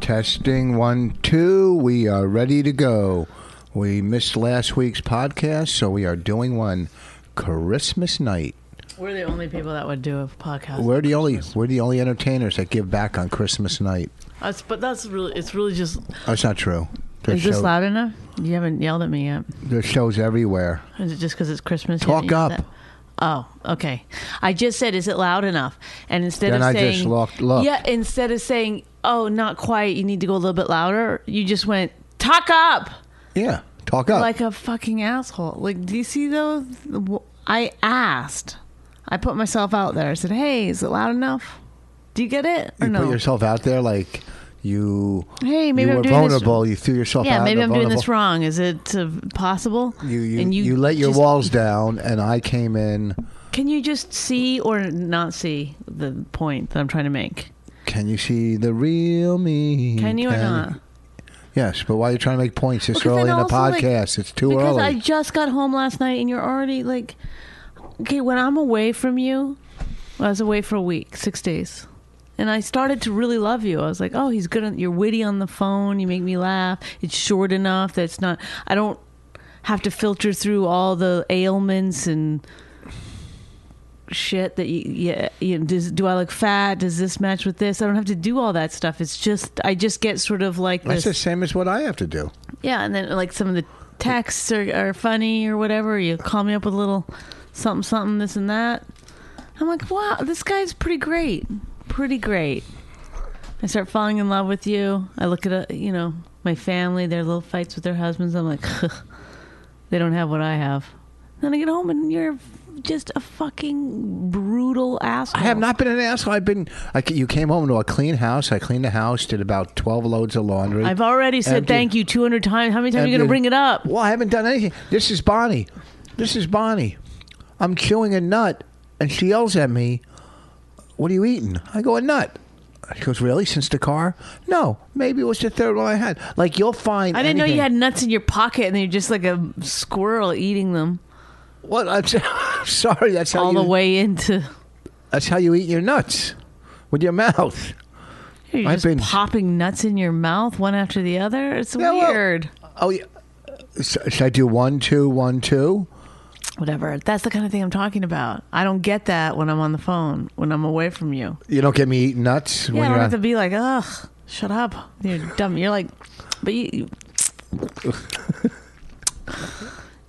Testing one, two. We are ready to go. We missed last week's podcast, so we are doing one Christmas night. We're the only people that would do a podcast. We're the only we're the only entertainers that give back on Christmas night. That's, but that's really, it's really just. That's not true. There's, is this show- loud enough? You haven't yelled at me yet. there's shows everywhere. Is it just because it's Christmas? you Talk haven't yelled up. at- Oh, okay. I just said, is it loud enough? And instead Then of I saying, just looked- looked. yeah, instead of saying, oh, not quite, you need to go a little bit louder. You just went, talk up, Yeah, talk up. like a fucking asshole. Like, do you see those? I asked. I put myself out there. I said, hey, is it loud enough? Do you get it or you no? put yourself out there like you. Hey, maybe you I'm were doing this- vulnerable. You threw yourself out. Yeah, in maybe a I'm doing this vulnerable- wrong. Is it uh, possible? You you, you let your just- walls down, and I came in. Can you just see or not see the point that I'm trying to make? Can you see the real me? Can you or not? Yes, but why are you trying to make points this Because early in then the also, like, podcast? it's too because early. I just got home last night, and you're already like, okay, when I'm away from you, I was away for a week, six days, and I started to really love you. I was like, oh, he's good. On, you're witty on the phone. You make me laugh. It's short enough that it's not. I don't have to filter through all the ailments and shit that you, yeah, you does, do I look fat? Does this match with this? I don't have to do all that stuff. It's just I just get sort of like That's this. the same as what I have to do. Yeah, and then like some of the texts are, are funny or whatever. You call me up with a little something, something, this and that. I'm like, wow, this guy's pretty great, pretty great. I start falling in love with you. I look at uh, you know my family, their little fights with their husbands. I'm like, they don't have what I have. Then I get home and you're just a fucking brutal asshole. I have not been an asshole. I've been. I, ca- you came home to a clean house. I cleaned the house. Did about twelve loads of laundry. I've already said Empty- thank you 200 times. How many times are you going to emptied- bring it up? Well, I haven't done anything. This is Bonnie. This is Bonnie. I'm chewing a nut, and she yells at me, "What are you eating?" I go, "A nut." She goes, "Really? Since the car?" No, maybe it was the third one I had. Like you'll find. I didn't know you anything. had nuts in your pocket, and you're just like a squirrel eating them What? I'm so- sorry. That's how all you, the way into. That's how you eat your nuts with your mouth. You're I've just been- popping nuts in your mouth one after the other. It's Yeah, well- weird. Oh, yeah. S- should I do one, two, one, two? Whatever. That's the kind of thing I'm talking about. I don't get that when I'm on the phone, when I'm away from you. You don't get me eating nuts Yeah, I when don't you're have to on. be like, ugh, shut up. You're dumb. You're like, but you. you-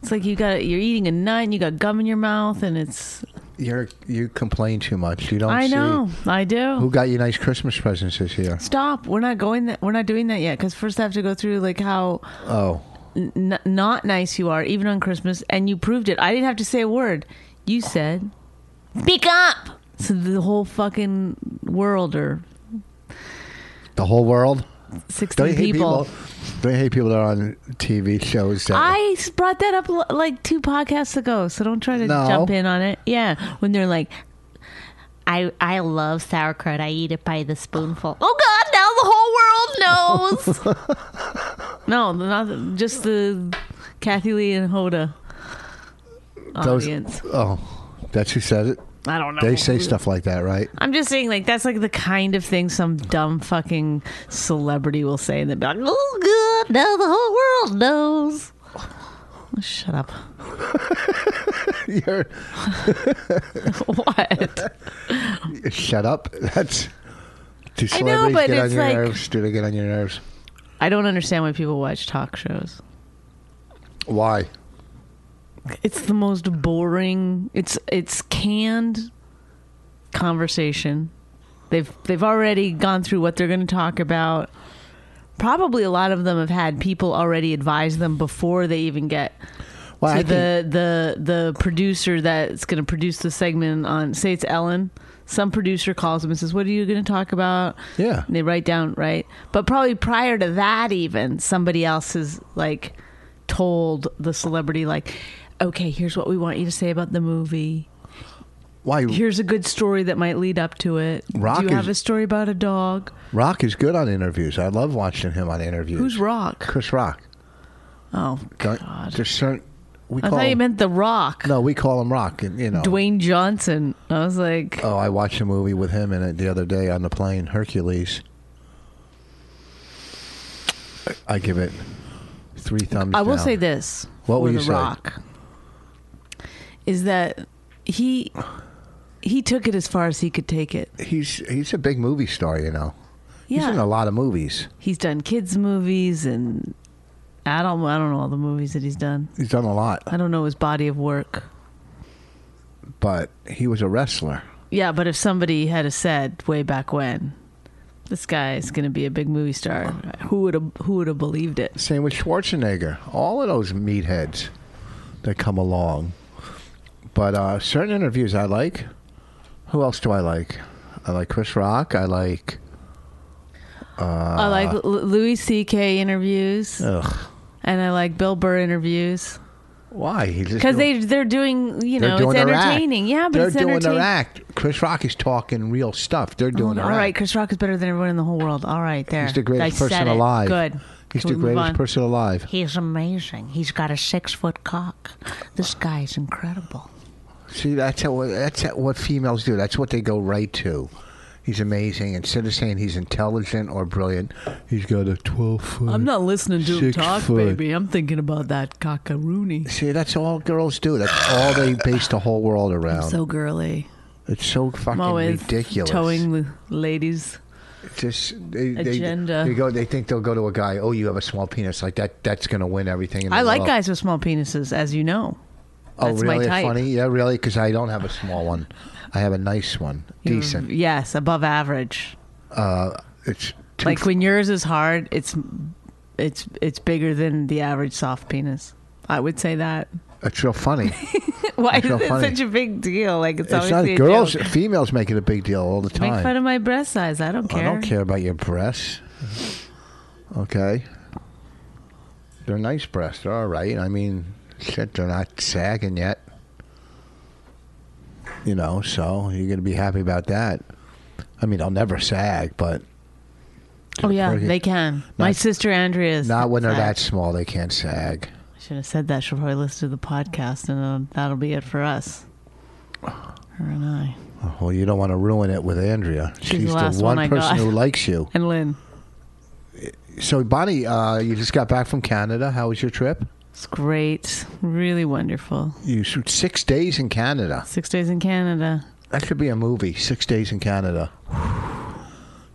It's like you got you're eating a nut and you got gum in your mouth and it's You're you complain too much. You don't. I Oh, see know I do Who got you nice Christmas presents this year? Stop! We're not going that. We're not doing that yet. Because first, I have to go through like how Oh, n- not nice you are, even on Christmas, and you proved it. I didn't have to say a word. You said, "Speak up!" So the whole fucking world or the whole world. 16 Don't you hate people. people? Don't you hate people that are on TV shows? That, I s- brought that up l- like two podcasts ago, so don't try to No. jump in on it. Yeah, when they're like, "I I love sauerkraut. I eat it by the spoonful." Oh God! Now the whole world knows. no, not the- just the Kathy Lee and Hoda Those- audience. oh, that's who said it. I don't know. They say stuff like that, right? I'm just saying, like that's like the kind of thing some dumb fucking celebrity will say, and they'll be like, "Oh, good, now the whole world knows." Shut up. You're, what? shut up. That's. Do I know, celebrities but get on it's your like- nerves? Do they get on your nerves? I don't understand why people watch talk shows. Why? It's the most boring. It's it's canned. conversation. They've they've already gone through what they're going to talk about. Probably a lot of them have had people already advise them before they even get Well, to I think, the the the producer that's going to produce the segment on say it's Ellen. Some producer calls them and says, "What are you going to talk about?" Yeah. and they write down right. But probably prior to that, even somebody else has like told the celebrity, like, "Okay, here's what we want you to say about the movie. why Here's a good story that might lead up to it. Rock Do you is- have a story about a dog? Rock is good on interviews. I love watching him on interviews. Who's Rock? Chris Rock. Oh Don't- God." There's certain we I call thought you him- meant The Rock, no, we call him Rock. and, You know, Dwayne Johnson. I was like, Oh, I watched a movie with him in it the other day on the plane, Hercules. I give it three thumbs. I will down. say this What for will you The say? Rock is that he he took it as far as he could take it. he's he's a big movie star. You know, Yeah, he's in a lot of movies. he's done kids movies and I don't I don't know all the movies that he's done. He's done a lot, I don't know his body of work. but he was a wrestler. Yeah, but if somebody had a said way back when, this guy is going to be a big movie star, who would have who would have believed it? Same with Schwarzenegger. All of those meatheads that come along. But uh, certain interviews I like. Who else do I like? I like Chris Rock. I like. Uh. I like L- Louis C.K. interviews, Ugh. and I like Bill Burr interviews. Why? He's just because doing- they they're doing you They're know doing it's their act. entertaining. Yeah, but they're it's doing entertaining. their act. Chris Rock is talking real stuff. They're doing their Oh, All right, act. Chris Rock is better than everyone in the whole world. All right, there. He's the greatest I said person it. alive. Good. He's Can the we move greatest on? person alive. He's amazing. He's got a six foot cock. This guy's incredible. See, that's how that's how, what females do. That's what they go right to. He's amazing. Instead of saying he's intelligent or brilliant, he's got a twelve foot. I'm not listening to him Six talk, foot. baby. I'm thinking about that cockaroony. See, that's all girls do. That's all they base the whole world around. So girly. it's so fucking I'm always ridiculous. towing the ladies. Just they, they- Agenda. They, go. They think they'll go to a guy. Oh, you have a small penis. Like that. That's gonna win everything. In I the like world. guys with small penises, as you know. That's oh, really? my type. Funny? Yeah, really? Because I don't have a small one. I have a nice one, You're- decent. Uh, yes, above average. It's two Like when yours is hard, it's it's it's bigger than the average soft penis. I would say that. It's real funny. Why It's is so it funny. such a big deal? Like it's, it's always not a girls. joke. Females make it a big deal all the time. Make fun of my breast size. I don't I care. don't care about your breasts. Okay, they're nice breasts. They're all right. I mean, shit, they're not sagging yet. You know, so you're gonna be happy about that. I mean, I'll never sag, but Oh yeah, Pretty- they can. my not- sister Andrea is not when they're fat. that small. They can't sag. I should have said that. She'll probably listen to the podcast, and uh, that'll be it for us. Her and I, Well, you don't want to ruin it with Andrea. She's, the last one one I person got. who likes you. and Lynn. So, Bonnie, uh, you just got back from Canada. How was your trip? It's great, really wonderful. You shoot six days in Canada. Six days in Canada. That should be a movie. Six days in Canada. It would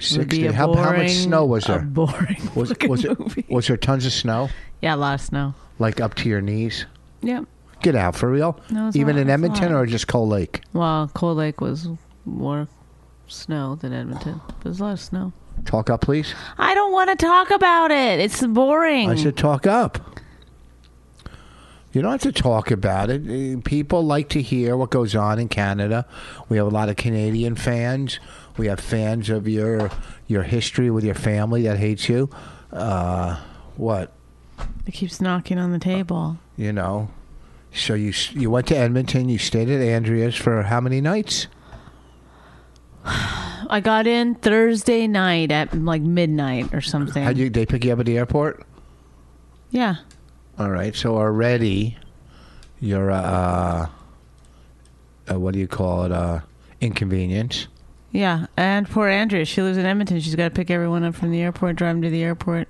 Six be a days. How, how boring- much snow was A there? boring Was, fucking was, movie. it, was there tons of snow? yeah, a lot of snow. Like up to your knees? Yep. Get out for real. No, it was Even a- in it was a Edmonton lot. or just Cold Lake? Well, Cold Lake was more snow than Edmonton. There's a lot of snow. Talk up, please. I don't want to talk about it. It's boring. I said talk up. You don't have to talk about it. Uh, People like to hear what goes on in Canada. We have a lot of Canadian fans. We have fans of your your history with your family that hates you. Uh, what It keeps knocking on the table. you know? So you s- you went to Edmonton. You stayed at Andrea's for how many nights? I got in Thursday night at like midnight or something. How you? They pick you up at the airport. yeah. All right. So already, you're uh, uh what do you call it? Uh, inconvenience. Yeah. And poor Andrea, she lives in Edmonton. She's got to pick everyone up from the airport, drive them to the airport.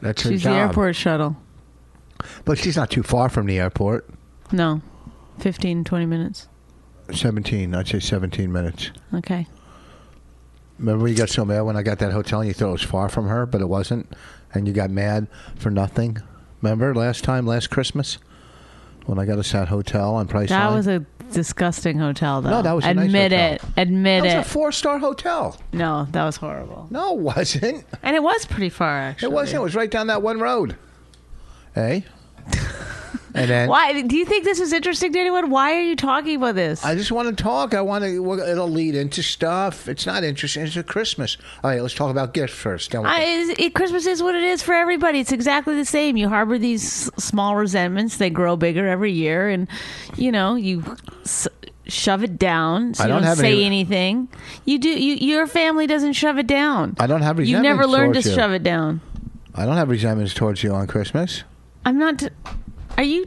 That's her She's job. the airport shuttle. But she's not too far from the airport. No. 15, 20 minutes. 17, I'd say 17 minutes. Okay. Remember you got so mad when I got that hotel and you thought it was far from her, but it wasn't? And you got mad for nothing? Remember last time, last Christmas? when I got us that hotel on Price That Line. was a disgusting hotel, though. No, that was a nice admit hotel. it. Admit That it. was a four star hotel. no, that was horrible. No, it wasn't. And it was pretty far. It Actually, wasn't. It was right down that one road. Hey. and then Why do you think this is interesting to anyone? Why are you talking about this? I just want to talk. I want to. well, It'll lead into stuff. It's not interesting. It's a Christmas. All right, let's talk about gifts first. Then we'll- I, is- it, Christmas is what it is for everybody. It's exactly the same. You harbor these s- small resentments; they grow bigger every year, and you know you s- shove it down. So I you don't don't, have say any- anything. You do. You, your family doesn't shove it down. I don't have You've never resentments learned to towards you. shove it down. I don't have resentments towards you on Christmas. I'm not. T- are you?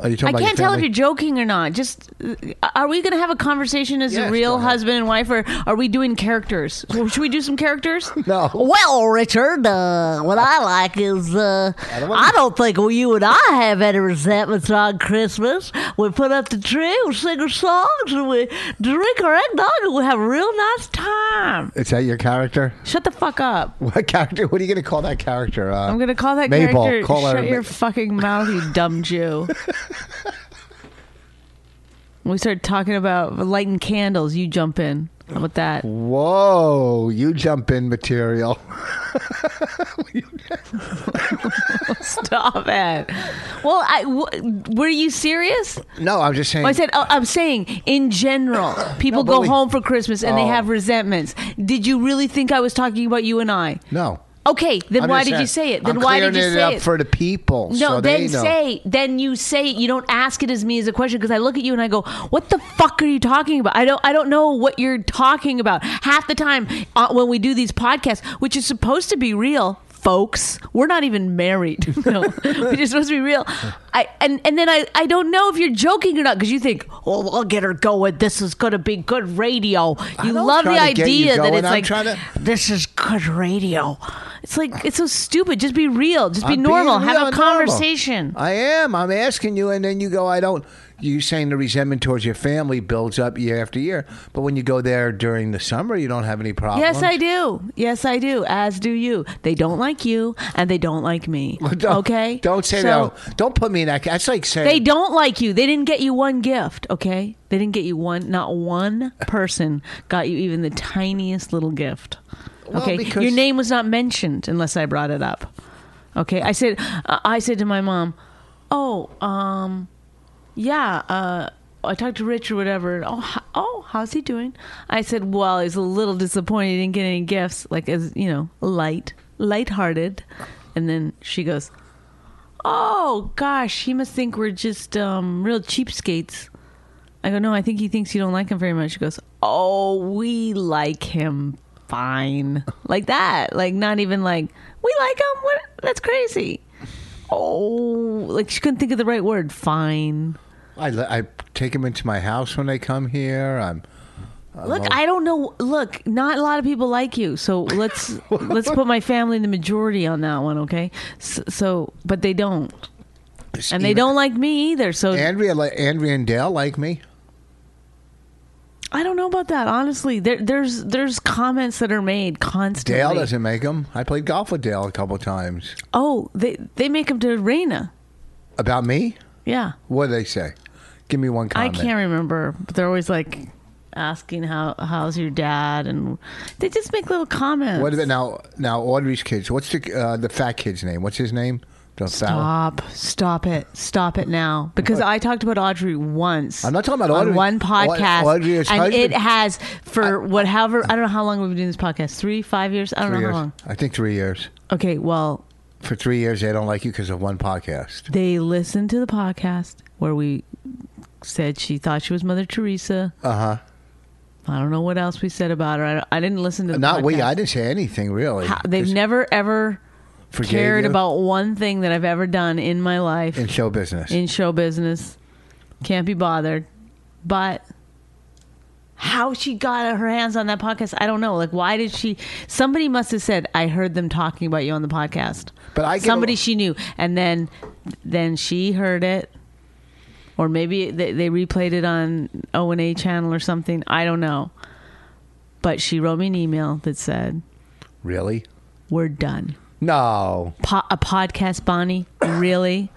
Are you talking I about can't your tell if family? you're joking or not. Just, uh, are we going to have a conversation as Yes, a go real ahead. husband and wife, or are we doing characters? Well, should we do some characters? No. Well, Richard, uh, what I like is uh, don't I don't, wanna- think you and I have any resentments on Christmas. We put up the tree, we sing our songs, and we drink our eggnog, and we have a real nice time. Is that your character? Shut the fuck up. What character? What are you going to call that character? Uh, I'm going to call that Mabel. character. Call Shut her Ma- your fucking mouth, you dumb Jew. we start talking about lighting candles. You jump in. How about that? Whoa, you jump in material. Stop it. Well, I, w- were you serious? No, I'm just saying. I said, oh, I'm saying in general, people but go we- home for Christmas and Oh. they have resentments. Did you really think I was talking about you and I? no. Okay, then I'm why just did you saying- say it? Then I'm why did you clearing say it up it? for the people? no, so then they know. say, then you say it. You don't ask it as me as a question because I look at you and I go, "What the fuck are you talking about? I don't, I don't know what you're talking about." Half the time uh, when we do these podcasts, which is supposed to be real, folks, we're not even married. no, which is supposed to be real. I and and then I, I don't know if you're joking or not because you think, "Oh, I'll get her going. This is gonna be good radio." You don't love the try to get you idea that going. it's I'm like trying to- This is good radio. it's like it's so stupid. Just be real. Just be I'm being normal. real Have and a normal. conversation. I am. I'm asking you, and then you go, I don't. You saying the resentment towards your family builds up year after year, but when you go there during the summer, you don't have any problems. Yes, I do. Yes, I do. As do you. They don't like you, and they don't like me. Don't, okay. Don't say So, that. Don't put me in that. ca- That's like saying They don't like you. They didn't get you one gift. Okay. They didn't get you one. Not one person got you even the tiniest little gift. Okay. because- Your name was not mentioned unless I brought it up. Okay. I said. Uh, I said to my mom, "Oh, um, yeah." Uh, I talked to Rich or whatever. Oh, ho- oh, how's he doing? I said, well, he's a little disappointed he didn't get any gifts. Like, as you know, light, lighthearted. And then she goes, oh gosh, he must think we're just um, real cheapskates. I go, no, I think he thinks you don't like him very much. She goes, oh, we like him fine, like that, like not even like we like him. What? That's crazy. Oh, like she couldn't think of the right word. Fine. I, le- I take them into my house when they come here. I'm. Look, I don't know. Look, not a lot of people like you, so let's let's put my family in the majority on that one, okay? So, so but they don't, and they don't like me either. So Andrea, li- Andrea and Dale like me. I don't know about that. Honestly, there, there's there's comments that are made constantly. Dale doesn't make them. I played golf with Dale a couple times. Oh, they they make him to Reina. About me? Yeah, What do they say? Give me one I comment. can't remember, but they're always like asking how how's your dad, and they just make little comments. What about now? Now Audrey's kids. What's the uh, the fat kid's name? What's his name? The fat- Stop! Stop it! Stop it now! Because I talked about Audrey once. I'm not talking about Audrey. on one podcast, Au- Audrey is and husband- it has for whatever I don't know how long we've been doing this podcast three, five years. I don't Three know years. how long. I think three years. Okay, well, For three years, they don't like you because of one podcast. they listened to the podcast where we said she thought she was Mother Teresa. Uh huh. I don't know what else we said about her. I, don't- I didn't listen to the Not we. podcast. I didn't say anything really. How- They've Just never ever forgave cared you about one thing that I've ever done in my life in show business. in show business. Can't be bothered. But how she got her hands on that podcast, I don't know. Like, why did she? Somebody must have said, "I heard them talking about you on the podcast." But I get a- somebody she knew, and then then she heard it, or maybe they, they replayed it on O and A channel or something. I don't know. But she wrote me an email that said, really? "We're done." No. po- a podcast, Bonnie? Really?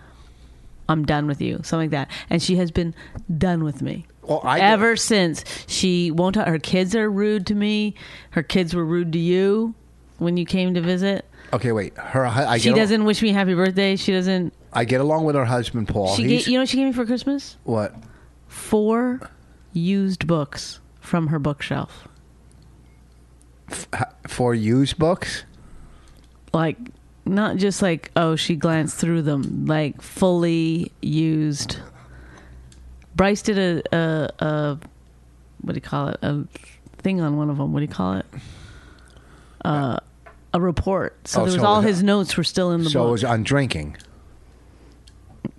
I'm done with you, something like that. And she has been done with me Well, I- ever since. She won't. Her kids are rude to me. Her kids were rude to you when you came to visit. Okay, wait. Her, hu- I She get al- doesn't wish me happy birthday. She doesn't. I get along with her husband, Paul. she He's- gave, you know what she gave me for Christmas? what? Four used books from her bookshelf. For used books? Like not just like oh she glanced through them like fully used. Bryce did a a, a what do you call it a thing on one of them. What do you call it? Uh, a report. So Oh, there was so- all his notes were still in the So it book. was on drinking.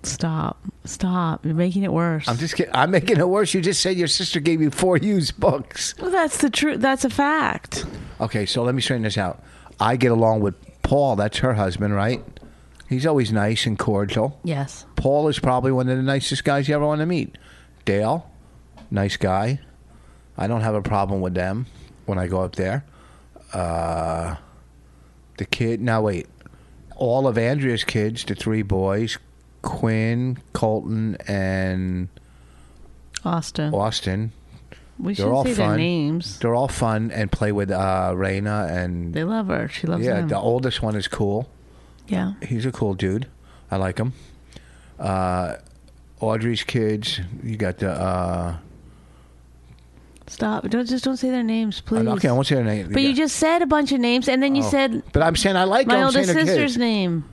stop, stop! You're making it worse. I'm just kidding. I'm making it worse. You just said your sister gave you four used books. well, that's the truth. That's a fact. Okay, so let me straighten this out. I get along with Paul. That's her husband, right? He's always nice and cordial. Yes. Paul is probably one of the nicest guys you ever want to meet. Dale, nice guy. I don't have a problem with them when I go up there. Uh, the kid. Now wait, all of Andrea's kids, the three boys, Quinn, Colton, and Austin. Austin. we They're should all say fun. their names. They're all fun and play with uh, Raina and They love her. She loves yeah. them. The oldest one is cool. yeah. he's a cool dude. I like him. Uh, Audrey's kids. You got the. Uh, Stop. Don't just don't say their names, please. okay, I won't say their name. But you Yeah. just said a bunch of names, and then you Oh. said But I'm saying I like. my I'm older saying their sister's kids. name.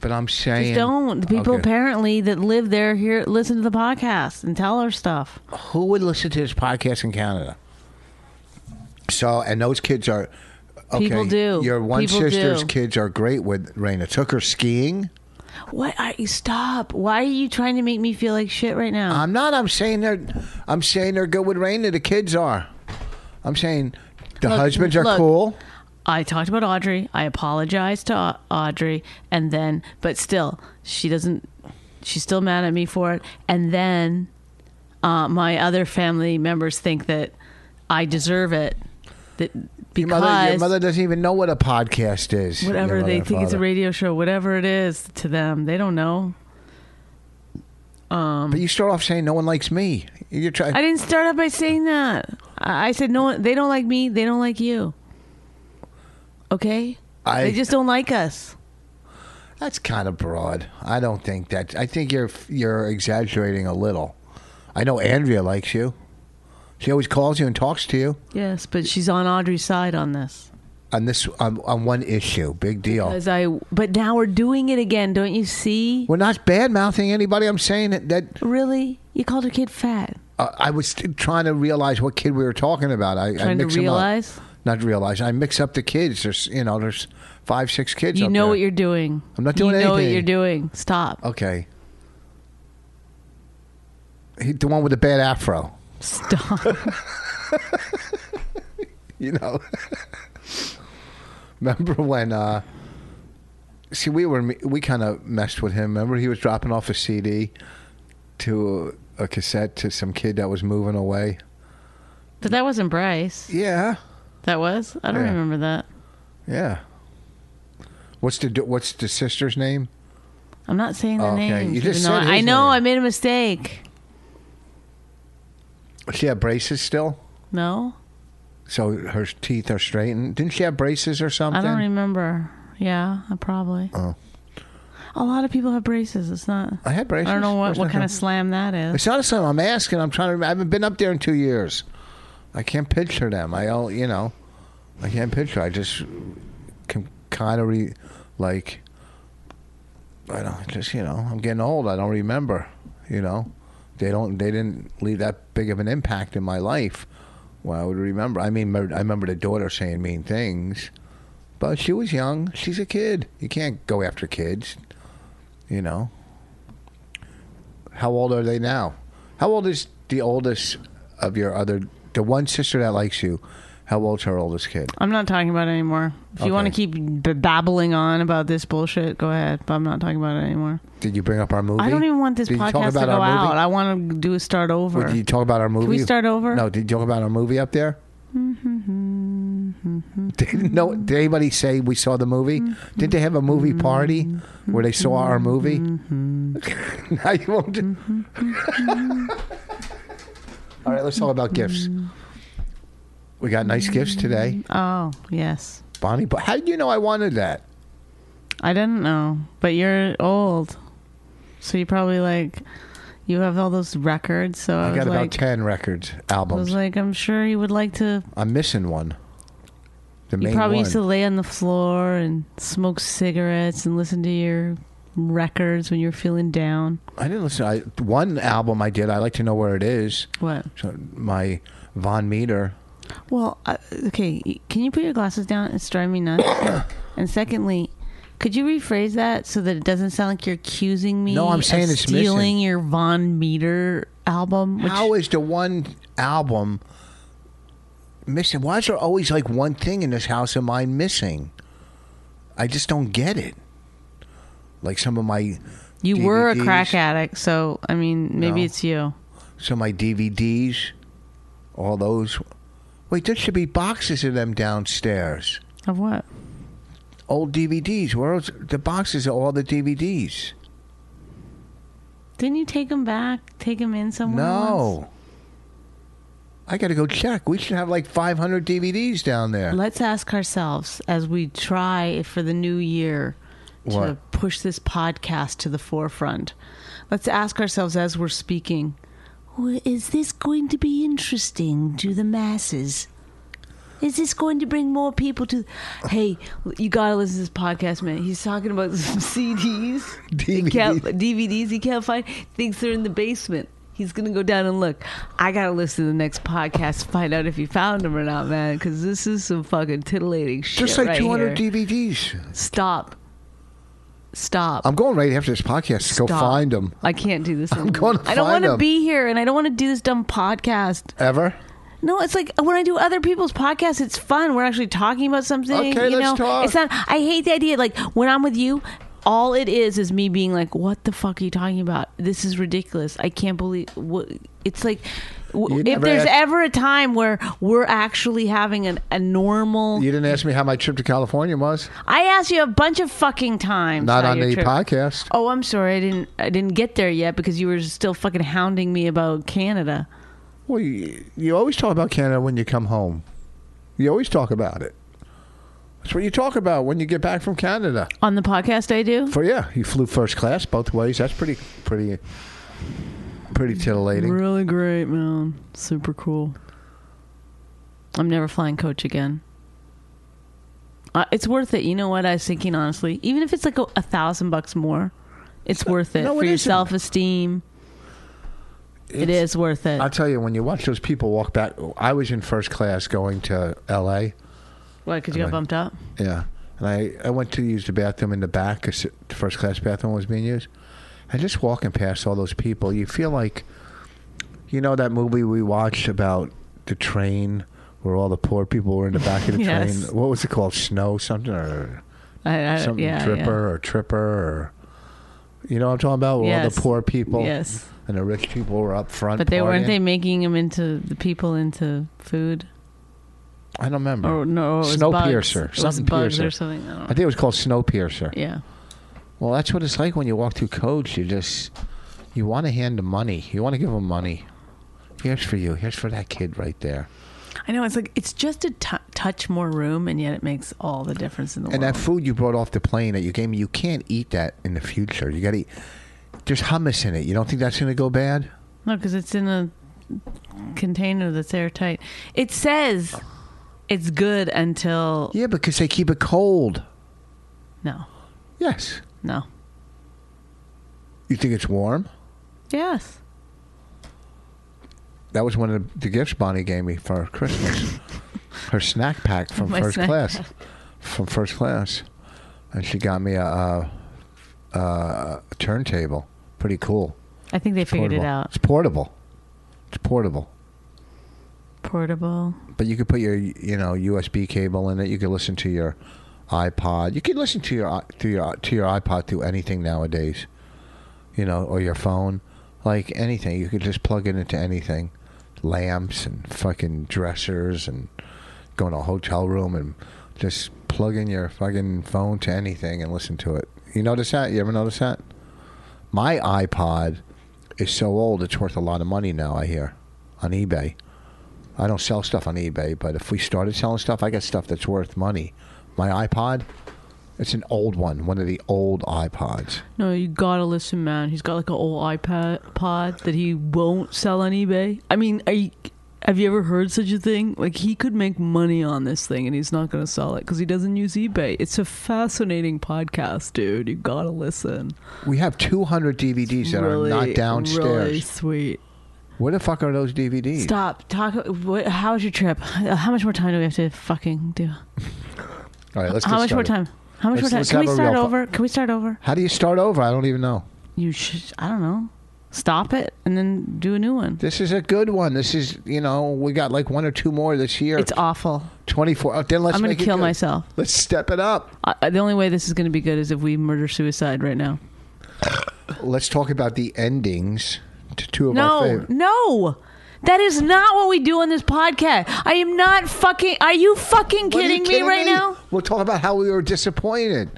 But I'm saying. Just don't. The people Okay. apparently that live there here listen to the podcast and tell her stuff. Who would listen to this podcast in Canada? So and those kids are. Okay, People do. Your one People sister's do. kids are great with Raina. Took her skiing. What are you? Stop. Why are you trying to make me feel like shit right now? I'm not. I'm saying they're. I'm saying they're good with Raina. The kids are. I'm saying the Look, husbands are look. cool. I talked about Audrey. I apologized to Au- Audrey, and then, but still, she doesn't. She's still mad at me for it. And then, uh, my other family members think that I deserve it. That Your because mother, your mother doesn't even know what a podcast is. your whatever mother they and think it's a father. radio show, whatever it is to them, they don't know. But you start off saying no one likes me. You're trying. I didn't start out by saying that. I I said no. one- They don't like me. They don't like you. Okay. I- they just don't like us. That's kind of broad. I don't think that. I think you're you're exaggerating a little. I know Andrea likes you. She always calls you and talks to you Yes, but she's on Audrey's side on this. on this on, on one issue. Big deal. As I, but now we're doing it again. Don't you see? We're not bad mouthing anybody. I'm saying that, that Really, you called her kid fat? uh, I was trying to realize what kid we were talking about. I, I Trying to mix 'em up. realize? Not realize. I mix up the kids. There's you know there's five six kids. You up know there. what you're doing. I'm not doing You know what anything. Oh. you're doing. Stop. Okay. He, the one with the bad afro, Stop. you know. Remember when? uh See, we were we kind of messed with him. Remember, he was dropping off a CD to a, a cassette to some kid that was moving away. but that wasn't Bryce. Yeah, That was. I don't Yeah. remember that. yeah. What's the what's the sister's name? I'm not saying the Oh, Okay, name. you just said his I know. name. I made a mistake. She had braces still, No, so her teeth are straightened. Didn't she have braces or something? I don't remember. Yeah, I probably. Oh. A lot of people have braces. It's not. I had I braces. don't know what, There's what kind nothing- of slam that is. It's not a slam. I'm asking. I'm trying to. I haven't been up there in two years. I can't picture them. I all you know. I can't picture. I just can kind of re like. I don't just you know. I'm getting old. I don't remember. You know, they don't. They didn't leave that big of an impact in my life. Well, I would remember. I mean, I remember the daughter saying mean things, but she was young. She's a kid. You can't go after kids. You know. How old are they now? How old is the oldest of your other, the one sister that likes you? How old's her oldest kid? I'm not talking about it anymore. If you want to Okay. keep b- babbling on about this bullshit, go ahead. But I'm not talking about it anymore. Did you bring up our movie? I don't even want this Did you talk podcast to about go our movie? out. I want to do a start over. Well, Did you talk about our movie? we start over? No, did you talk about our movie up there? Did, no, did anybody say we saw the movie? Did they have a movie party where they saw our movie? now you won't. do- All right, let's talk about gifts. We got nice gifts today, Oh, yes. Bonnie. But how did you know I wanted that? I didn't know, but you're old, so you probably like you have all those records. So I, I was got about like, ten records, I was albums. like, I'm sure you would like to. I'm missing one. The You main probably one. used to lay on the floor and smoke cigarettes and listen to your records when you're feeling down. I didn't listen. I, one album I did. I like to know where it is. What? So my Von Meter. Well, uh, okay. y- Can you put your glasses down? It's driving me nuts. and secondly, could you rephrase that so that it doesn't sound like you're accusing me? No, I'm of saying it's missing. stealing your Von Meter album. Which, How is the one album missing? Why is there always like one thing in this house of mine missing? I just don't get it. Like some of my you were a DVDs. crack addict, so I mean, maybe No. it's you. some of my DVDs, all those. Wait, there should be boxes of them downstairs. Of what? Old DVDs. Where else? The boxes of all the DVDs. Didn't you take him back? Take him in somewhere? once? No. I got to go check. We should have like 500 DVDs down there. Let's ask ourselves as we try for the new year to What? push this podcast to the forefront. Let's ask ourselves as we're speaking "Wh- is this going to be interesting to the masses? Is this going to bring more people to? Hey, you gotta listen to this podcast, man. He's talking about some CDs, he can't- DVDs he can't find. Thinks they're in the basement. He's gonna go down and look. I gotta listen to the next podcast to find out if he found them or not, man. Because this is some fucking titillating shit. Just like right 200 here. DVDs. Stop. Stop. I'm going right after this podcast to go Stop. find them. I can't do this. Anymore. going to I don't find wanna 'em. be here, and I don't want to do this dumb podcast. Ever? No, it's like when I do other people's podcasts, it's fun. We're actually talking about something. Okay, you let's know? talk. It's not. I hate the idea. Like when I'm with you, all it is is me being like, "What the fuck are you talking about? This is ridiculous. I can't believe." What? It's like. You W- if never there's asked- ever a time where we're actually having an, a normal, You didn't ask me how my trip to California was. I asked you a bunch of fucking times. Not how on your the trip- podcast. Oh, I'm sorry. I didn't. I didn't get there yet because you were still fucking hounding me about Canada. Well, you, you always talk about Canada when you come home. You always talk about it. That's what you talk about when you get back from Canada. On the podcast, I do. For yeah, you flew first class both ways. That's pretty, pretty, pretty titillating. Really great, man. Super cool. I'm never flying coach again. Uh, it's worth it. You know what I was thinking, honestly? Even if it's like a, a thousand bucks more, it's worth it no, for it your isn't. self esteem. It It's- is worth it. I'll tell you, when you watch those people walk back, I was in first class going to L.A. Why? Because you got bumped up? Yeah. And I, I went to use the bathroom in the back 'cause the first class bathroom was being used. And just walking past all those people, you feel like, you know, that movie we watched about the train where all the poor people were in the back of the Yes. train. What was it called? Snow something or I, I, something yeah, dripper or tripper or. You know what I'm talking about? Where all Yes. the poor people Yes. and the rich people were up front. yeah. But they weren't partying. they making them into the people into food I don't remember. or no? Or it was bugs. Snowpiercer. It was Something bugs piercer. or something. I I don't think know. it was called Snowpiercer. Yeah. Well, that's what it's like when you walk through codes. You just you want to hand them money. You want to give them money. Here's for you. Here's for that kid right there. I know it's like it's just a t- touch more room, and yet it makes all the difference in the And world. that food you brought off the plane that you gave me, you can't eat that in the future. You got to eat. There's hummus in it. You don't think that's going to go bad? no, because it's in a container that's airtight. It says it's good until Yeah, because they keep it cold. no, Yes. no, You think it's warm? yes. That was one of the, the gifts Bonnie gave me for Christmas. Her snack pack from My first snack class. From first class. And she got me a, a, a turntable. Pretty cool. I think they figured portable. it out. It's portable. It's portable. Portable. But you could put your you know USB cable in it. You could listen to your iPod. You could listen to your i- to your to your iPod through anything nowadays. You know, or your phone, like anything. You could just plug it into anything, lamps and fucking dressers and go in a hotel room and just plug in your fucking phone to anything and listen to it. You notice that? You ever notice that? My iPod is so old; it's worth a lot of money now. I hear on eBay. I don't sell stuff on eBay, but if we started selling stuff, I got stuff that's worth money. My iPod, it's an old one, one of the old iPods. No, you gotta listen, man. He's got like an old iPad pod that he won't sell on eBay. I mean, are you, have you ever heard such a thing? Like he could make money on this thing, and he's not gonna sell it because he doesn't use eBay. It's a fascinating podcast, dude. You gotta listen. We have 200 DVDs that really, are not downstairs. Really sweet. Where the fuck are those DVDs? Stop. Talk. What, how was your trip? Uh, How much more time do we have to fucking do? All right, let's how get much more started. time? How Let's- much more time? let's Can we have a start real fu- over? Can we start over? How do you start over? I don't even know. You should. I don't know. Stop it and then do a new one. This is a good one. This is, you know, we got like one or two more this year. It's awful. 24. Oh, then let's I'm gonna make it kill good. myself. Let's step it up. I, I- the only way this is going to be good is if we murder suicide right now. Let's talk about the endings to two of our No, favorite. no, that is not what we do on this podcast. I am not fucking. Are you fucking What, are you kidding, me right now? We'll talk about how we were disappointed.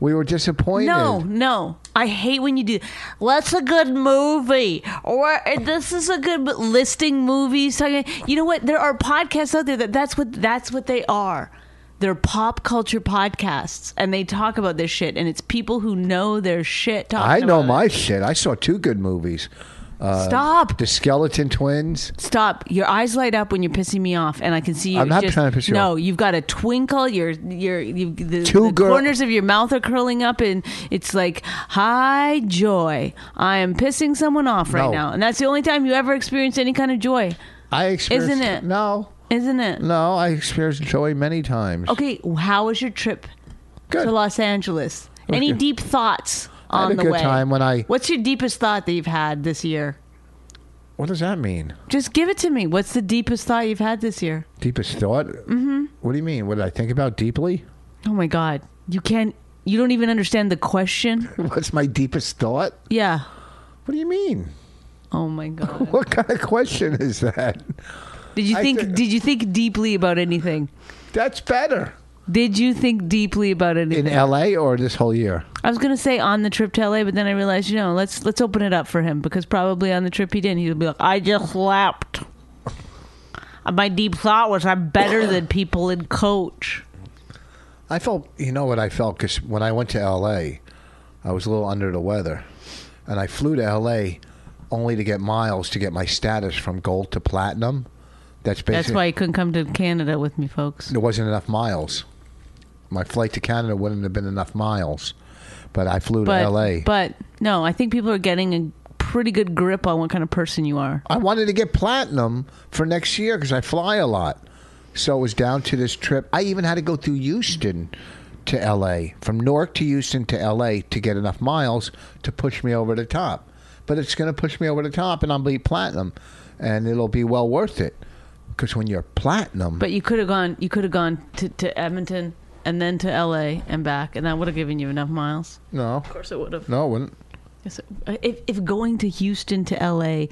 We were disappointed. No, no. I hate when you do. What's a good movie? Or This is a good but listing movies. Talking. You know what? There are podcasts out there that that's what that's what they are. They're pop culture podcasts, and they talk about this shit. And it's people who know their shit. I Talking know about it. my shit. I saw two good movies. Stop. The Skeleton Twins. Stop! Your eyes light up when you're pissing me off, and I can see you. I'm not just- trying to piss you No, off. you've got a twinkle. Your your you, the, Two the girl- corners of your mouth are curling up, and it's like, "Hi, joy! I am pissing someone off right No. now," and that's the only time you ever experience any kind of joy, I experienced Isn't it? No. isn't it? No, I experienced joy many times. Okay, how was your trip Good. to Los Angeles? Any Okay. deep thoughts I on had a the good way? time when I. What's your deepest thought that you've had this year? What does that mean? Just give it to me. What's the deepest thought you've had this year? Deepest thought? Mm-hmm. What do you mean? What did I think about deeply? Oh my god. You can't you don't even understand the question. What's my deepest thought? Yeah. What do you mean? Oh my god. What kind of question is that? Did you I think think- did you think deeply about anything? That's better. Did you think deeply about In anything? LA or this whole year? I was gonna say on the trip to LA, but then I realized, you know, let's let's open it up for him because probably on the trip he didn't. He'll be like, I just slept. My deep thought was I'm better than people in coach. I felt, you know what I felt? Because when I went to LA, I was a little under the weather. And I flew to LA only to get miles to get my status from gold to platinum. That's basically. That's why he couldn't come to Canada with me, folks. there wasn't enough miles. My flight to Canada wouldn't have been enough miles. But I flew to But LA. but no, I think people are getting a pretty good grip on what kind of person you are. I wanted to get platinum for next year because I fly a lot. So it was down to this trip. I even had to go through Houston to LA, from Newark to Houston to LA to get enough miles to push me over the top. But it's going to push me over the top and I'll be platinum and it'll be well worth it. Because when you're platinum, But you could have gone. You could have gone to, to Edmonton and then to L.A. and back, and that would have given you enough miles. no, Of course, it would have. no, it wouldn't. Yes, it- If, if going to Houston to L.A.,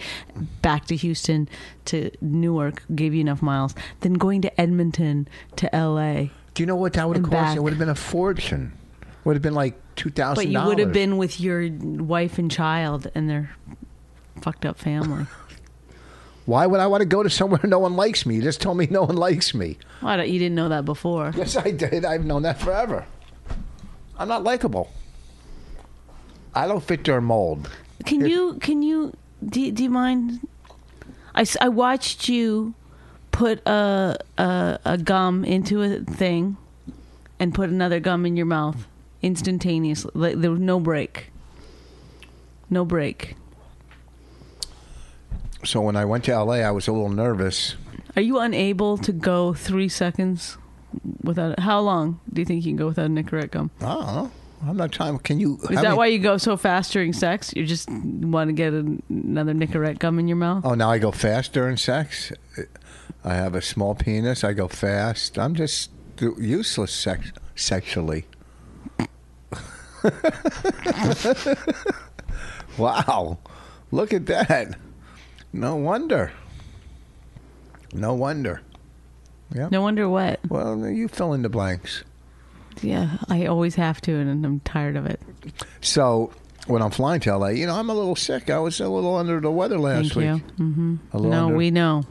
back to Houston to Newark gave you enough miles, then going to Edmonton to L.A. Do you know what that would have And cost? back. It would have been a fortune. Would have been like two thousand. But you would have been with your wife and child and their fucked up family. Why would I want to go to somewhere no one likes me? You just told me no one likes me. Why don't- you didn't know that before? Yes, I did. I've known that forever. I'm not likable. I don't fit their mold. Can you can you do, do you mind? I, s- I watched you put a, a a gum into a thing and put another gum in your mouth instantaneously. Like, there was no break. No break. So when I went to LA, I was a little nervous. Are you unable to go three seconds without? How long do you think you can go without a Nicorette gum? I don't know. I'm not trying. Can you? Is that why you go so fast during sex? You just want to get an another Nicorette gum in your mouth? Oh, now I go fast during sex. I have a small penis. I go fast. I'm just useless sex- sexually. wow. Look at that. No wonder. No wonder. Yeah. No wonder what. Well, you fill in the blanks. Yeah, I always have to, and I'm tired of it. So when I'm flying to LA, you know, I'm a little sick. I was a little under the weather last Thank week. you. Mm-hmm. A little No, under- we know.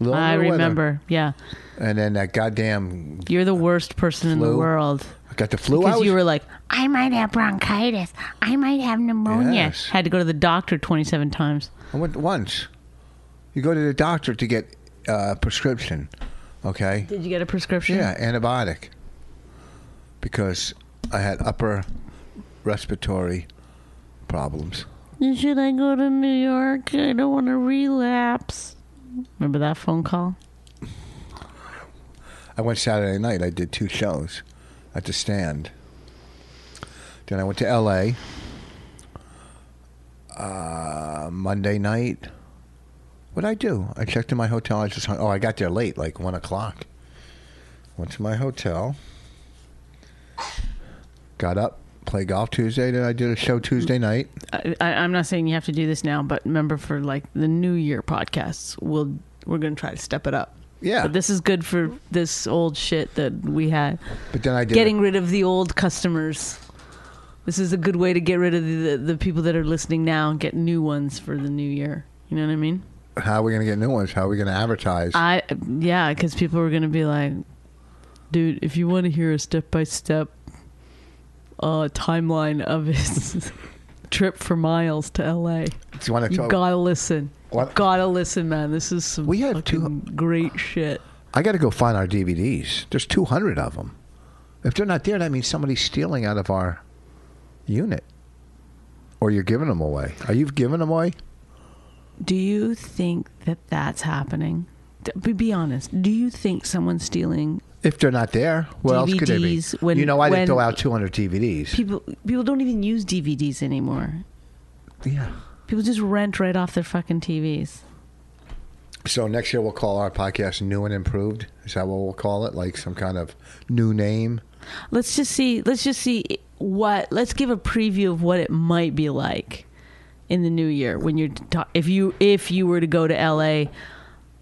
little I under the weather. remember. Yeah, And then that goddamn you're the worst person in the Flu. world I got the flu. I because was, you were like, I might have bronchitis. I might have pneumonia. yes. had to go to the doctor 27 times. I went once. You go to the doctor to get a prescription, okay? Did you get a prescription? Yeah, antibiotic. Because I had upper respiratory problems. Should I go to New York? I don't want to relapse. Remember that phone call? I went Saturday night. I did two shows at the stand. Then I went to L.A. Uh, Monday night. What would I do? I checked in my hotel. I just hung, oh, I got there late, like one o'clock. Went to my hotel. Got up, played golf Tuesday. Then I did a show Tuesday night. I, I, I'm not saying you have to do this now, but remember for like the New Year podcasts, we'll we're gonna try to step it up. Yeah, But this is good for this old shit that we had. But then I did Getting rid of the old customers. This is a good way to get rid of the, the, the people that are listening now and get new ones for the new year. You know what I mean? How are we going to get new ones? How are we going to advertise? I yeah, because people are gonna be like, dude, if you want to hear a step by step uh timeline of his trip for miles to L.A., do you want to you talk? gotta listen. What- Gotta listen, man. This is some We have two- fucking great shit. I got to go find our DVDs. There's 200 of them. If they're not there, that means somebody's stealing out of our unit, or you're giving them away. Are you giving them away? Do you think that that's happening? D- Be, be honest. Do you think someone's stealing If they're not there, what else could they be? DVDs when- you know, I when- didn't throw out 200 DVDs. people? People don't even use DVDs anymore. yeah. People just rent right off their fucking TVs. So next year we'll call our podcast "New and Improved." Is that what we'll call it? Like some kind of new name? Let's just see. Let's just see what. Let's give a preview of what it might be like in the new year when you're ta- if you if you were to go to LA.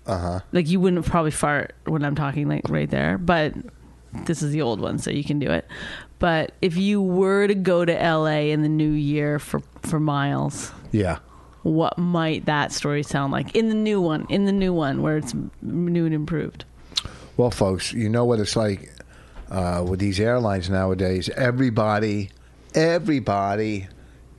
Uh huh. Like you wouldn't probably fart when I'm talking like right there, but this is the old one, so you can do it. But if you were to go to LA in the new year for for miles, Yeah. what might that story sound like in the new one? In the new one where it's m- new and improved. Well, folks, you know what it's like uh, with these airlines nowadays. Everybody, everybody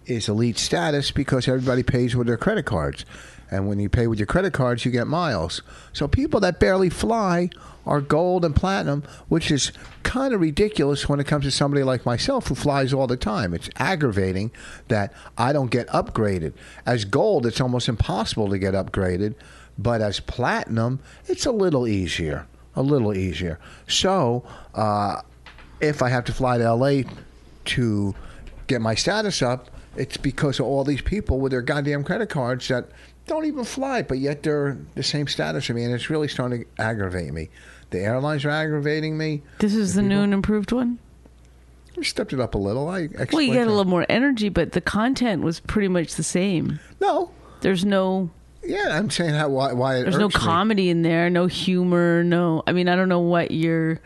is elite status because everybody pays with their credit cards. And when you pay with your credit cards, you get miles. So people that barely fly are gold and platinum, which is kind of ridiculous when it comes to somebody like myself who flies all the time. It's aggravating that I don't get upgraded. As gold, it's almost impossible to get upgraded, but as platinum, it's a little easier. A little easier. So, uh, if I have to fly to LA to get my status up, it's because of all these people with their goddamn credit cards that don't even fly, but yet they're the same status as me, and it's really starting to aggravate me. The airlines are aggravating me. This is the new and improved one. I stepped it up a little. I Well, you get explained a it. little more energy, but the content was pretty much the same. No, There's no yeah, I'm saying how why why it there's no irks me. comedy in there, no humor, no. I mean, I don't know what your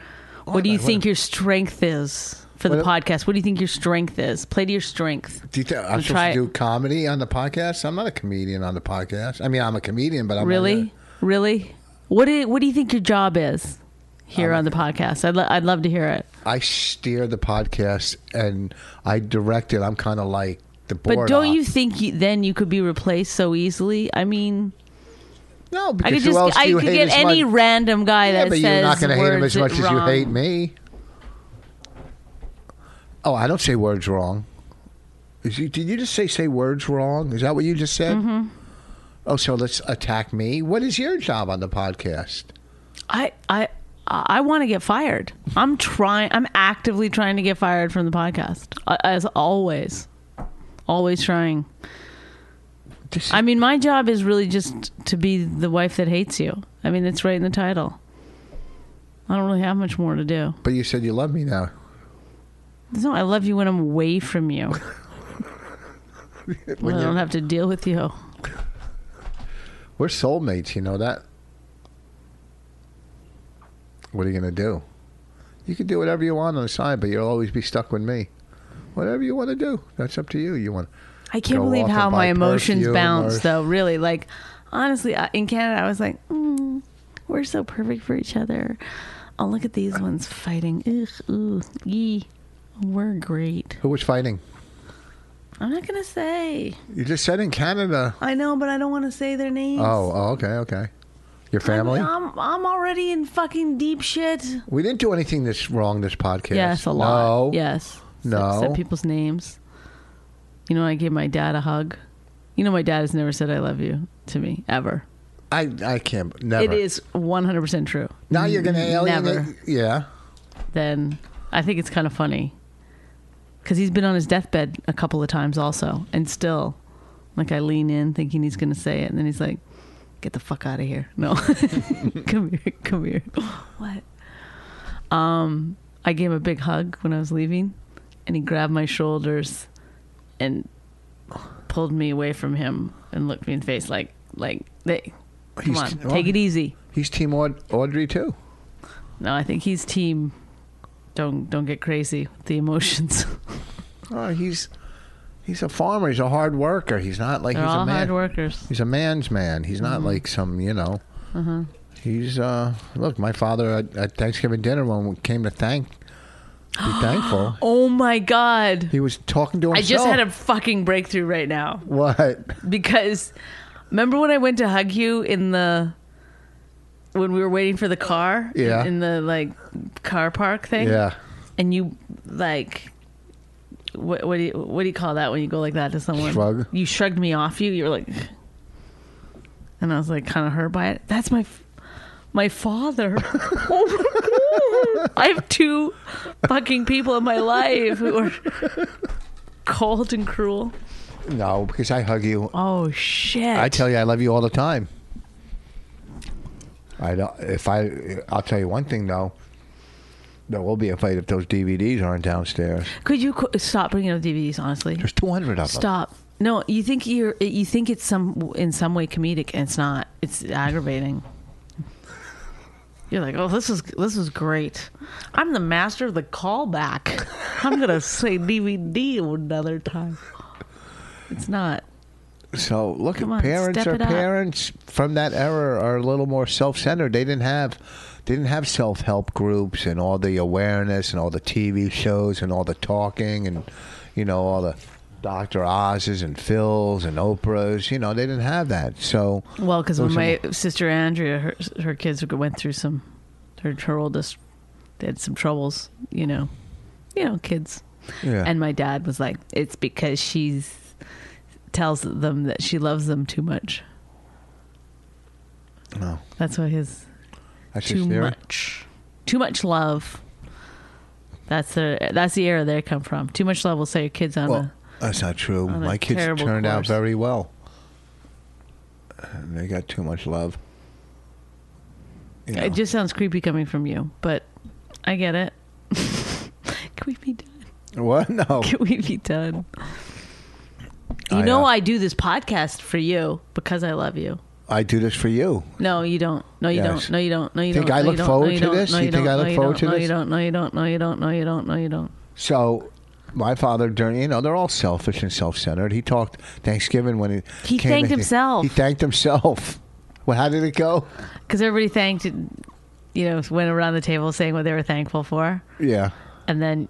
what do you I- think your strength is for the What- podcast? What do you think your strength is? Play to your strength. Do you think I'm I'll supposed try to it. do comedy on the podcast. I'm not a comedian on the podcast. I mean, I'm a comedian, but I'm not a- Really? Really? What do what do you think your job is here on the podcast? I'd lo- I'd love to hear it. I steer the podcast and I direct it. I'm kind of like the board. But don't op. you think you, then you could be replaced so easily? I mean, No, I because could who else just do I you could hate get as any much? random guy yeah, that but says you're not going to hate him words as much as you wrong. hate me. Oh, I don't say words wrong. Is you, did you just say say words wrong? Is that what you just said? Mm-hmm. Oh, so let's attack me. What is your job on the podcast? I I I want to get fired. I'm trying. I'm actively trying to get fired from the podcast, uh, as always. Always trying. This- I mean, my job is really just to be the wife that hates you. I mean, it's right in the title. I don't really have much more to do. but you said you love me now. No, I love you when I'm away from you. when I you- don't have to deal with you. We're soulmates. You know that. What are you going to do? You can do whatever you want on the side, but you'll always be stuck with me. Whatever you want to do, that's up to you. You want. I can't Go believe off how and my buy emotions perfume bounce, or- though. Really, like honestly, I- in Canada, I was like, mm, "We're so perfect for each other." Oh, look at these ones fighting. Ugh, ooh, yee. We're great. Who was fighting? I'm not gonna say. You just said in Canada. I know, but I don't want to say their names. Oh, oh, okay, okay. Your family? I'm, I'm, I'm already in fucking deep shit. we didn't do anything this wrong this podcast. Yes, a lot. No. Yes. Said- No. Said, people's names. You know, I gave my dad a hug. You know, my dad has never said "I love you" to me ever. I, I can't. Never. It is 100% true. Now you're going to alienate. Never. Yeah. Then I think it's kind of funny because he's been on his deathbed a couple of times also, and still, like I lean in thinking he's going to say it, and then he's like, "Get the fuck out of here! No, come here, come here." What? Um, I gave him a big hug when I was leaving, and he grabbed my shoulders and pulled me away from him and looked me in the face like, like, hey, come He's- on, take it easy. He's Team Aud- Audrey, too. No, I think he's team. Don't don't get crazy with the emotions. Oh, he's he's a farmer. He's a hard worker. He's not like They're he's a all man. hard workers. He's a man's man. He's Mm-hmm. not like some, you know. Uh-huh. He's uh look, my father at, at Thanksgiving dinner when we came to thank be thankful. Oh my god! He was talking to I himself. just had a fucking breakthrough right now what? because remember when I went to hug you in the when we were waiting for the car? Yeah. In the like car park thing. Yeah. And you like. What, what do you what do you call that when you go like that to someone? Shrug. You shrugged me off. You you were like, and I was like kind of hurt by it. That's my f- my father. Oh my God. I have two fucking people in my life who are cold and cruel. No, because I hug you. Oh shit! I tell you I love you all the time. I don't if I I'll tell you one thing though. There will be a fight if those DVDs aren't downstairs. Could you qu- stop bringing up DVDs? Honestly, There's 200 of them. stop. No, you think you're you think it's some in some way comedic, and it's not. It's aggravating. You're like, oh, this is this is great. I'm the master of the callback. I'm gonna say DVD another time. It's not. So look Come at on, parents step or it up. parents from that era are a little more self-centered. They didn't have they didn't have self-help groups and all the awareness and all the TV shows and all the talking and you know all the Dr. Oz's and Phil's and Oprah's. You know they didn't have that. So Well, because Those when my sister Andrea, her, her kids went through some, her, her oldest, they had some troubles, you know, you know, kids. yeah, And my dad was like, it's because she's tells them that she loves them too much. no, That's why his that's too just theory. much, too much love. That's the that's the era they come from. Too much love will set your kids on Well, a that's not true. on a My kids terrible turned out course. very well. And they got too much love. You know. It just sounds creepy coming from you, but I get it. Can we be done? what? No. Can we be done? You I, know uh, I do this podcast for you because I love you. I do this for you. No, you don't. No, you Yes. don't. No, you don't. No, you Think don't. I No, you look don't. forward no, you to don't. this? No, You you, think don't. I look no, you forward don't. to no, this? You don't. No, you don't. No, you don't. No, you don't. No, you don't. No, you don't. So my father, during you know, they're all selfish and self-centered. He talked Thanksgiving when he He came thanked in- himself. He thanked himself. Well, how did it go? Because everybody thanked, you know, went around the table saying what they were thankful for, Yeah, and then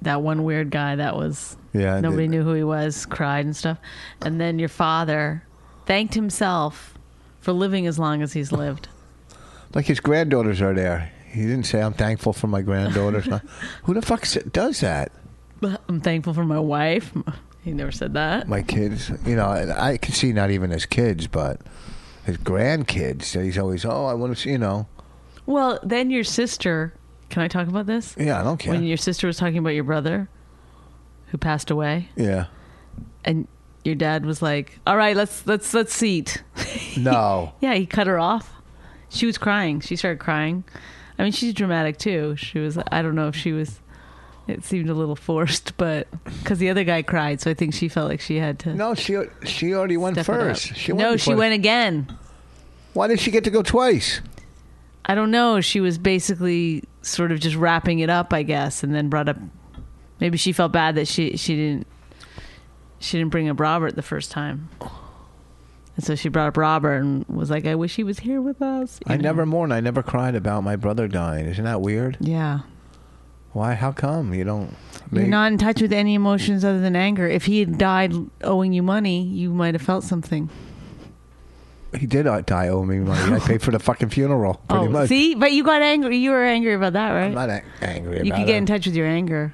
that one weird guy that was yeah. and nobody it- knew who he was, cried and stuff, and then your father thanked himself for living as long as he's lived. Like his granddaughters are there. He didn't say I'm thankful for my granddaughters. No. who the fuck s- does that? I'm thankful for my wife. He never said that. My kids. You know, and I can see not even his kids, but his grandkids. He's always, oh, I want to see. You know, Well, then your sister. Can I talk about this? yeah, I don't care. When your sister was talking about your brother who passed away, yeah, and your dad was like, "All right, let's let's let's seat." no. Yeah, he cut her off. She was crying. She started crying. I mean, she's dramatic too. She was. I don't know if she was. It seemed a little forced, but because the other guy cried, so I think she felt like she had to. No, she she already went step it up. first. She went no, she before- went again. Why did she get to go twice? I don't know. She was basically sort of just wrapping it up, I guess, and then brought up. Maybe she felt bad that she she didn't she didn't bring up Robert the first time, and so she brought up Robert and was like, "I wish he was here with us." you I know? never mourned. I never cried about my brother dying. Isn't that weird? Yeah, Why? How come you don't? you're they- not in touch with any emotions other than anger. If he had died owing you money, you might have felt something. He did uh, die owing me money. I paid for the fucking funeral. Pretty oh, much. see, but you got angry. You were angry about that, I'm right? not a- angry about you could get it. in touch with your anger.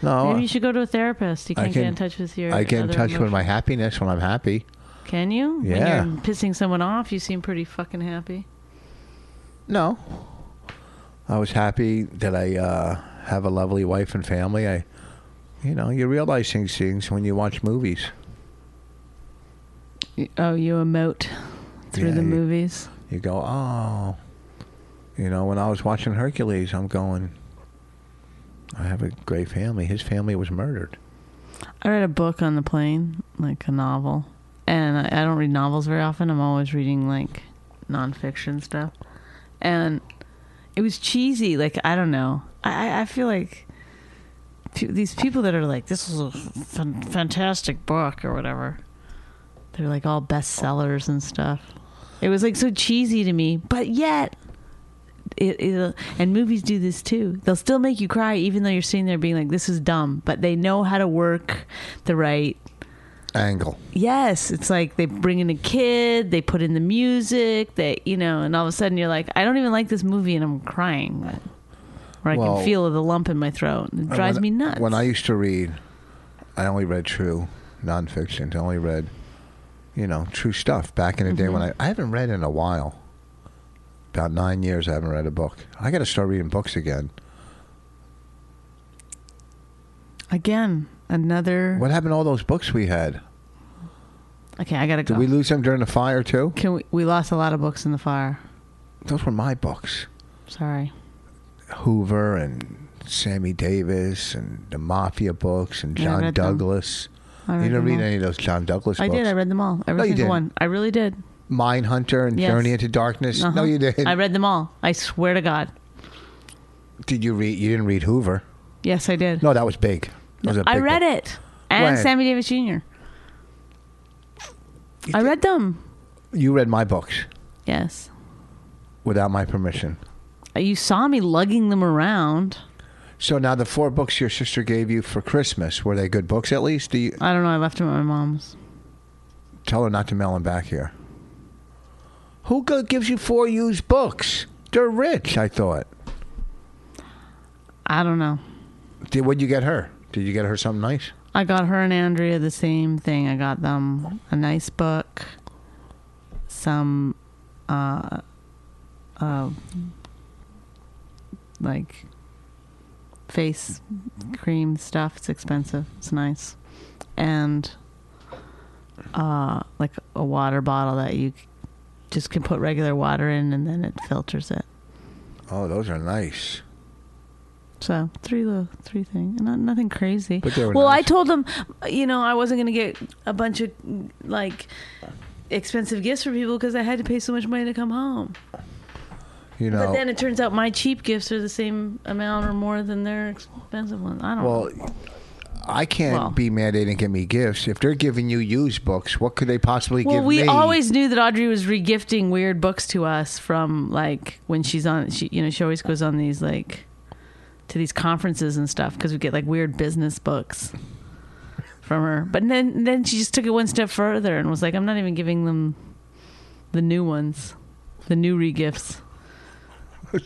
No, Maybe you should go to a therapist. You I can't can- get in touch with your. I get in other touch with emotions. my happiness when I'm happy. Can you? Yeah. When you're pissing someone off, you seem pretty fucking happy. No, I was happy that I uh, have a lovely wife and family. I, you know, you realize these things when you watch movies. Oh, you emote through Yeah, the you- movies. You go, oh, you know, when I was watching Hercules, I'm going. I have a great family. His family was murdered. I read a book on the plane, like a novel, and I, I don't read novels very often. I'm always reading like nonfiction stuff, and it was cheesy. Like I don't know. I I- I feel like pe- these people that are like this is a fan- fantastic book or whatever. They're like all bestsellers and stuff. It was like so cheesy to me, but yet. It, it, and movies do this too. They'll still make you cry, even though you're sitting there being like, "This is dumb." But they know how to work the right Angle. Yes, it's like they bring in a kid, they put in the music, they you know, and all of a sudden you're like, I don't even like this movie, and I'm crying, but, or I Well- can feel the lump in my throat. It And drives when- me nuts. When I used to read, I only read true nonfiction. I only read, you know, true stuff. Back in the Mm-hmm. day when I I haven't read in a while. About nine years, I haven't read a book. I got to start reading books again. again another. What happened to all those books we had? Okay, I gotta Did go. we lose them during the fire too? can we? We lost a lot of books in the fire. Those were my books. Sorry. Hoover and Sammy Davis and the Mafia books and Yeah, I John read them. Douglas. I You read didn't them read all. any of those John Douglas I books. did. I read them all. Every No, you single didn't. one. I really did. Mindhunter and Yes. Journey into Darkness. Uh-huh. No, you didn't. I read them all. I swear to God. Did you read? You didn't read Hoover. Yes, I did. No, that was big. That was a I big read book. it. And When? Sammy Davis Jr. I read them. You read my books Yes. Uh, without my permission. You saw me lugging them around. So now the four books your sister gave you for Christmas were they good books? At least do you I don't know. I left them at my mom's. tell her not to mail them back here? Who go- gives you four used books? They're rich. I thought. I don't know. Did what'd you get her? Did you get her something nice? I got her and Andrea the same thing. I got them a nice book, some, uh, uh, like face cream stuff. It's expensive. It's nice, and uh, like a water bottle that you c- just can put regular water in, and then it filters it. Oh, those are nice. So three little three things, not nothing crazy. But they were well, I nice. told them, you know, I wasn't going to get a bunch of like expensive gifts for people because I had to pay so much money to come home. You know. But then it turns out my cheap gifts are the same amount or more than their expensive ones. I don't. well, I can't Well. be mad they didn't give me gifts. If they're giving you used books, what could they possibly Well, give we me? always knew that Audrey was regifting weird books to us from like when she's on. She you know she always goes on these like to these conferences and stuff because we get like weird business books from her. But then then she just took it one step further and was like, I'm not even giving them the new ones, the new regifts. You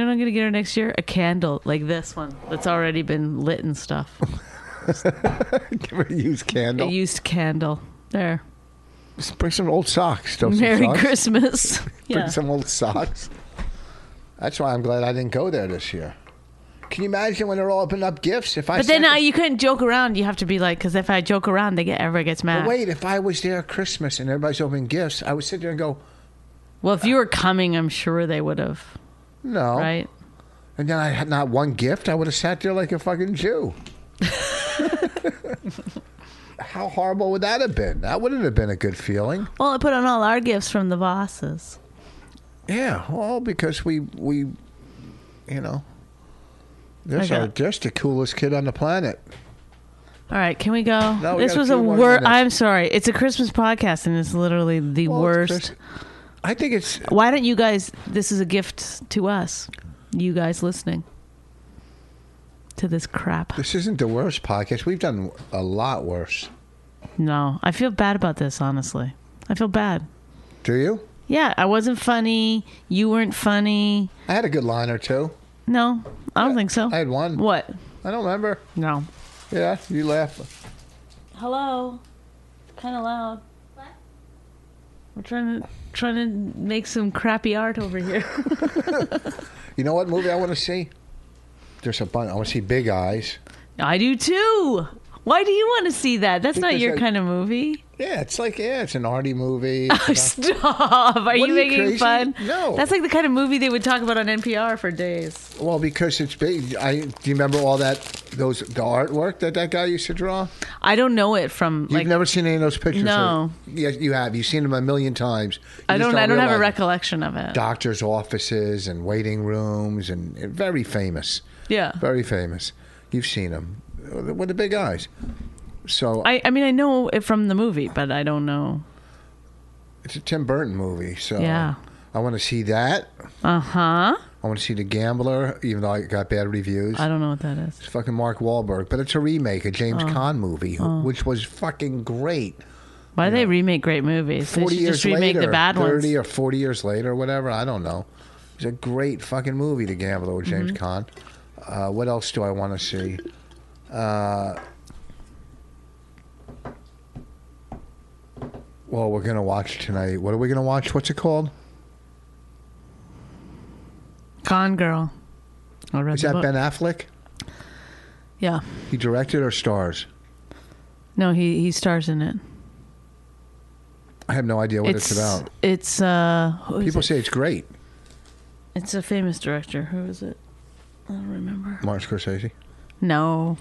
know what I'm gonna get her next year? A candle like this one that's already been lit and stuff. give her a used A candle. used candle. There. Bring some old socks. Throw some Merry socks. Christmas. Bring some old socks. That's why I'm glad I didn't go there this year. Can you imagine when they're all opening up gifts? If I But then sent uh, them- you couldn't joke around. You have to be like, because if I joke around, they get everybody gets mad. But wait, if I was there at Christmas and everybody's opening gifts, I would sit there and go, Well, if you were coming, I'm sure they would have, no. right? And then I had not one gift. I would have sat there like a fucking Jew. How horrible would that have been? That wouldn't have been a good feeling. Well, I put on all our gifts from the bosses. Yeah, all because we we, you know, this Okay. are just the coolest kid on the planet. All right, can we go? No, we this got was a a few more word. minutes. I'm sorry. It's a Christmas podcast, and it's literally the Well, worst. Chris, I think it's Why don't you guys? This is a gift to us, you guys listening to this crap. this isn't the worst podcast. We've done a lot worse. No, I feel bad about this. Honestly, I feel bad. Do you? Yeah, I wasn't funny. You weren't funny. I had a good line or two. No, I don't think so. I had one. What? I don't remember. No. Yeah, you laugh. Hello. It's kind of loud. What? We're trying to trying to make some crappy art over here. You know what movie I want to see? There's a bunch. I want to see Big Eyes. I do too. Why do you want to see that? That's not Because your I- kind of movie. Yeah, it's like yeah, it's an arty movie. Uh, It's Oh, about- stop. Are What you are you making crazy? fun? No. That's like the kind of movie they would talk about on NPR for days. Well, because it's big. I do you remember all that those the artwork that that guy used to draw? I don't know it from You've like never seen any of those pictures. No. have you? Yes, you have. You've seen them a million times. You I just don't I don't have a realize it. recollection of it. Doctors' offices and waiting rooms and, and very famous, Yeah. very famous. You've seen them with the big eyes. So I, I mean I know it from the movie, but I don't know. it's a Tim Burton movie. So Yeah. I want to see that. Uh-huh. I want to see The Gambler, even though I got bad reviews. I don't know what that is. It's fucking Mark Wahlberg, but it's a remake, a Oh. James Caan movie, who- which was fucking great. Why do they remake great movies? They Forty should years just remake later, the bad ones. thirty or forty years later, whatever. I don't know. It's a great fucking movie, The Gambler with James Mm-hmm. Caan. Uh, what else do I want to see? Uh, well, we're gonna watch tonight. What are we gonna watch? What's it called? Con Girl. I read Is the that book. Ben Affleck? Yeah. He directed or stars? No, he he stars in it. I have no idea what it's, about. It's uh who is People it? say it's great. it's a famous director. Who is it? I don't remember. Martin Scorsese. No.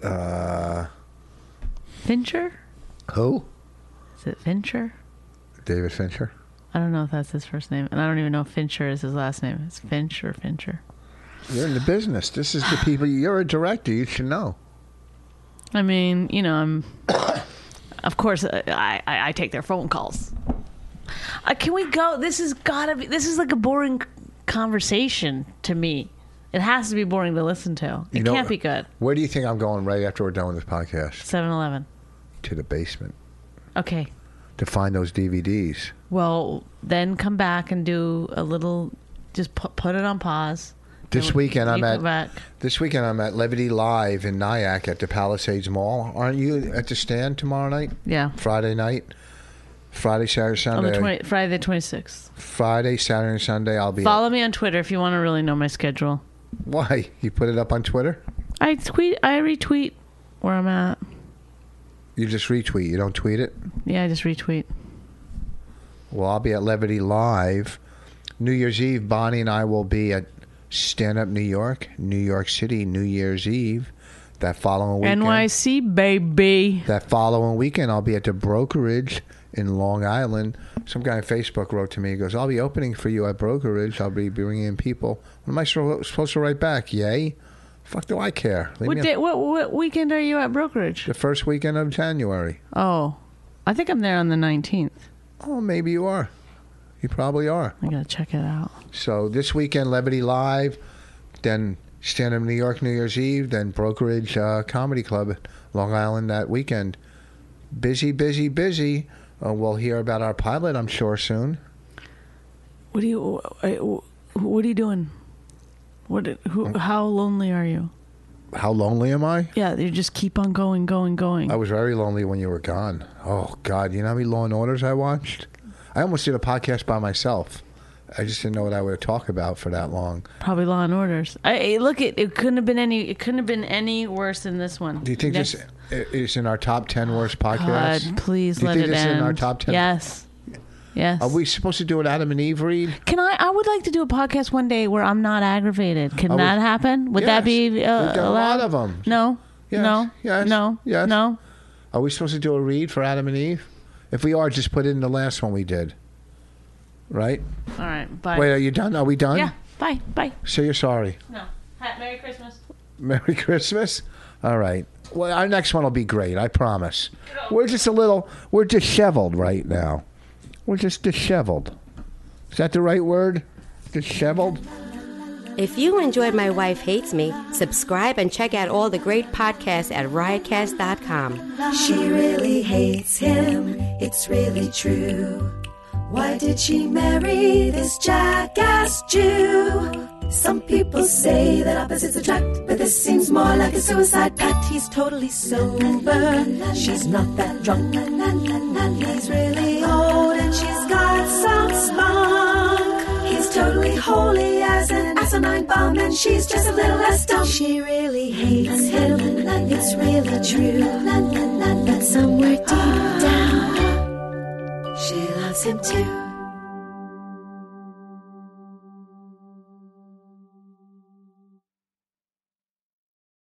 Uh, Fincher? who? Is it Fincher? David Fincher. I don't know if that's his first name, and I don't even know if Fincher is his last name. It's Finch or Fincher. You're in the business. This is the people. You're a director. You should know. I mean, you know, I'm. of course, I, I I take their phone calls. Uh, can we go? This has gotta be. This is like a boring conversation to me. It has to be boring to listen to. It You know- can't be good. Where do you think I'm going right after we're done with this podcast? 7-Eleven. To the basement Okay. to find those DVDs. Well, then come back and do a little. Just put put it on pause. This Then weekend you I'm go at back. this weekend I'm at Levity Live in Nyack at the Palisades Mall. Aren't you at the stand tomorrow night? Yeah. Friday night. Friday, Saturday, On Sunday. the 20, Friday the twenty sixth. Friday, Saturday, and Sunday. I'll be. Follow me on Twitter if you want to really know my schedule. At. Why you put it up on Twitter? I tweet. I retweet where I'm at. You just retweet. You don't tweet it. Yeah, I just retweet. Well, I'll be at Levity Live. New Year's Eve, Bonnie and I will be at Stand Up New York, New York City, New Year's Eve. That following weekend. NYC baby. That following weekend, I'll be at the brokerage in Long Island. Some guy on Facebook wrote to me. He goes, I'll be opening for you at brokerage. I'll be bringing in people. What am I so- supposed to write back? Yay? Fuck, do I care? Leave me What a- day, what what weekend are you at brokerage? the first weekend of January. Oh, I think I'm there on the 19th. Oh, maybe you are. You probably are. I gotta check it out. So this weekend, Levity Live, then Stand Up New York New Year's Eve, then Brokerage uh, Comedy Club, Long Island that weekend. Busy, busy, busy. Uh, we'll hear about our pilot, I'm sure, soon. What do you I- what are you doing? What who how lonely are you? How lonely am I? Yeah, you just keep on going, going, going. I was very lonely when you were gone. Oh God, you know how many Law and Orders I watched? I almost did a podcast by myself. I just didn't know what I would talk about for that long. Probably Law and Orders. I I- look it. It couldn't have been any. It couldn't have been any worse than this one. Do you think Next- this this is in our top ten worst God, podcasts? please Do you let think it this end. is in our top ten? Yes. Yes. Are we supposed to do an Adam and Eve read? Can I? I would like to do a podcast one day where I'm not aggravated. Can I would- that happen? Would Yes. that be uh, We've done a allowed? lot of 'em. No. Yes. No. Yes. No. Yes. No. Are we supposed to do a read for Adam and Eve? If we are, just put in the last one we did. right? All right. Bye. Wait, are you done? Are we done? yeah. Bye. Bye. Say you're sorry. No. Hi, Merry Christmas. Merry Christmas. All right. Well, our next one will be great. I promise. We're just a little. We're disheveled right now. We're just disheveled. Is that the right word? Disheveled. If you enjoyed My Wife Hates Me, subscribe and check out all the great podcasts at riotcast.com. She really hates him, it's really true. Why did she marry this jackass Jew? Some people say that opposites attract, but this seems more like a suicide pact. He's totally sober, she's not that drunk. He's really old and she's got some spunk. He's totally holy as an asinine bomb, and she's just a little less dumb. She really hates him, it's really true. But somewhere deep down, she loves him too.